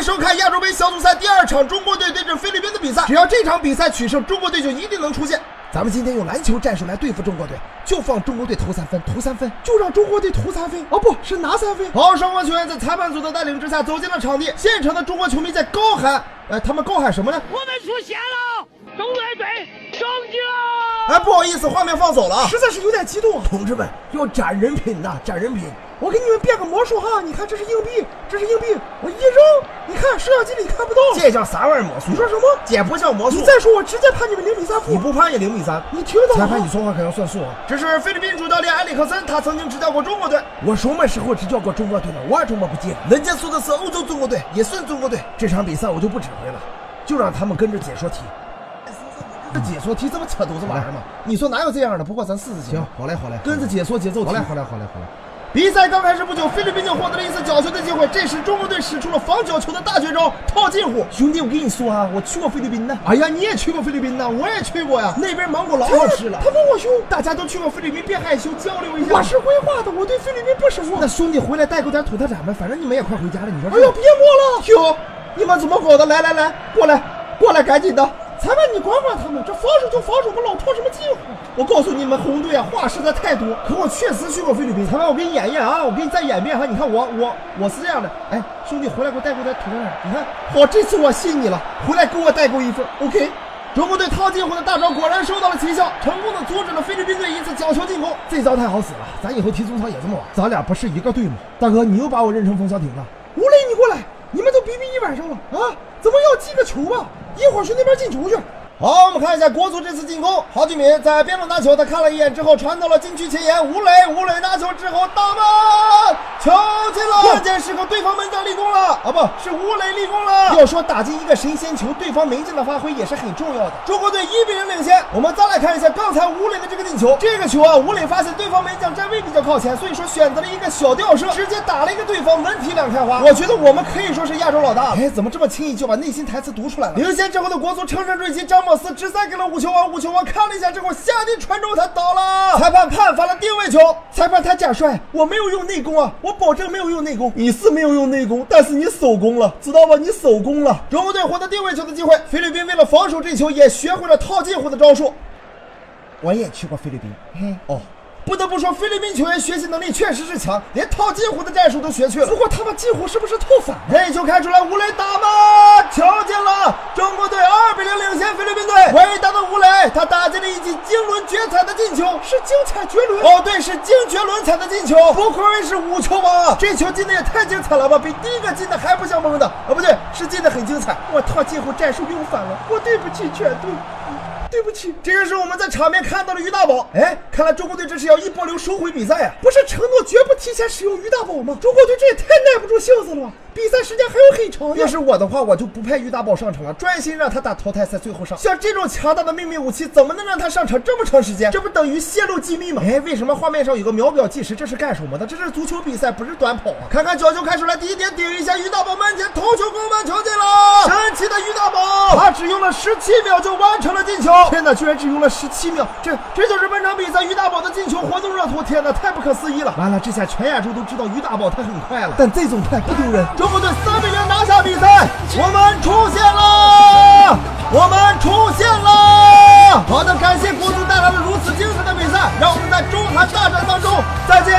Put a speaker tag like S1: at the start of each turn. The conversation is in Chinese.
S1: 收看亚洲杯小组赛第二场中国队对阵菲律宾的比赛。只要这场比赛取胜，中国队就一定能出线。咱们今天用篮球战术来对付中国队，就放中国队投三分，投三分就让中国队投三分，哦不是拿三分。好，双方球员在裁判组的带领之下走进了场地，现场的中国球迷在高喊，呃，他们高喊什么呢？
S2: 我们出现了，东北队升级了！
S1: 哎，不好意思，画面放走了啊。
S3: 实在是有点激动啊！
S4: 同志们要展人品呐、展人品！
S3: 我给你们变个魔术哈，你看这是硬币，这是硬币，我一扔，你看摄像机里看不到。
S1: 这叫啥玩意儿魔术？
S3: 你说什么？
S1: 这不叫魔术
S3: 你。再说我直接判你们零比三负
S1: 你。不判也零比三。
S3: 你听到
S4: 裁
S3: 了
S4: 判，你
S3: 吗？
S4: 说话可要算数啊！
S1: 这是菲律宾主教练埃里克森，他曾经执教过中国队。
S4: 我什么时候执教过中国队了？我怎么不记得？
S1: 人家说的是欧洲中国队，也算中国队。
S4: 这场比赛我就不指挥了，就让他们跟着解说题。这解说题这么扯犊子玩意儿吗？
S1: 你说哪有这样的？不过咱试试行
S4: 哎行，，好嘞，好嘞，
S1: 跟着解说节奏。
S4: 好嘞，好嘞，好嘞，好嘞。
S1: 比赛刚开始不久，菲律宾就获得了一次角球的机会，这时中国队使出了防角球的大绝招——套近乎。
S4: 兄弟，我跟你说啊，我去过菲律宾呢，
S1: 哎呀，你也去过菲律宾呐？我也去过呀，那边芒果老好吃了
S3: 他。问我凶，
S1: 大家都去过菲律宾，别害羞，交流一下。
S3: 我是规划的，我对菲律宾不熟。
S4: 那兄弟回来带给我点土特产呗，反正你们也快回家了，你说
S3: 哎
S4: 是
S3: 呦，别摸了！
S1: 哟，你们怎么搞的？来来来，过来，过来，赶紧的！
S3: 裁判，你管管他们，这防守就防守吧，老套什么近乎？
S1: 我告诉你们，红队啊，话实在太多。可我确实去过菲律宾。裁判，我给你演一演啊，我给你再演一遍哈。你看我我我是这样的，哎，兄弟回来给我带过点土特产。你看，好，这次我信你了，回来给我带过一份。OK。中国队套近乎的大招果然收到了奇效，成功的阻止了菲律宾队一次角球进攻。
S4: 这招太好使了，咱以后踢中超也这么玩。咱俩不是一个队吗？大哥，你又把我认成冯潇霆了。
S3: 吴磊，你过来，你们都逼逼一晚上了啊！怎么要进个球吧？一会儿去那边进球去。
S1: 好，我们看一下国足这次进攻。郝俊敏在边路拿球，他看了一眼之后传到了禁区前沿，吴磊，吴磊拿球之后大门，球进了，关键时刻对方门将立功了啊，不是吴磊立功了。要说打进一个神仙球，对方门将的发挥也是很重要的。中国队一比零领先。我们再来看一下刚才吴磊的这个进球，这个球啊，吴磊发现对方门将站位比较靠前，所以说选择了一个小吊射，直接打了一个对方门体两开花。我觉得我们可以说是亚洲老大了。
S4: 哎，怎么这么轻易就把内心台词读出来了？
S1: 领先之后的国足乘胜追击，张莫斯直塞给了五球王，五球王看了一下之后下地传中，他倒了，裁判判罚了定位球。裁判他假摔，我没有用内功啊，我保证没有用内功。你是没有用内功，但是你手工了，知道吧？你手工了。中国队获得定位球的机会，菲律宾为了防守这球也学会了套近乎的招数。
S4: 我也去过菲律宾。
S1: 哦，不得不说菲律宾球员学习能力确实是强，连套近乎的战术都学去了。
S3: 不过他们近乎是不是套反啊了？
S1: 任意球开出来，吴磊打门，球进了！中国队二比零领先菲律宾队。伟大的吴磊，他打进了一记经纶绝彩的进球，是
S3: 是精彩绝伦。
S1: 哦，对，是精绝伦彩的进球，不愧为是五球王啊！这球进的也太精彩了吧，比第一个进的还不像蒙的啊，不对，是进的很精彩。
S3: 我套近乎战术用反了，我对不起全队，对不起，
S1: 这个时候我们在场边看到了于大宝，哎，看来中国队这是要一波流收回比赛啊！
S3: 不是承诺绝不提前使用于大宝吗？中国队这也太耐不住性子了吧，比赛时间还有很长
S1: 要
S3: 呀。
S1: 是我的话，我就不派于大宝上场了，专心让他打淘汰赛最后上。像这种强大的秘密武器，怎么能让他上场这么长时间？这不等于泄露机密吗？哎，为什么画面上有个秒表计时？这是干什么的？这是足球比赛，不是短跑啊！看看角球开出来，第一点顶一下于大宝门前，头球攻门球进了！神奇的于大宝，他只用了十七秒就完成了进球。天哪，居然只用了十七秒！这这就是本场比赛于大宝的进球活动热图。天哪，太不可思议了！完了，这下全亚洲都知道于大宝他很快了。
S4: 但这种快不丢人。
S1: 中国队三比零拿下比赛，我们出现了，我们出现了。好的，感谢国足带来了如此精彩的比赛，让我们在中韩大战当中再见。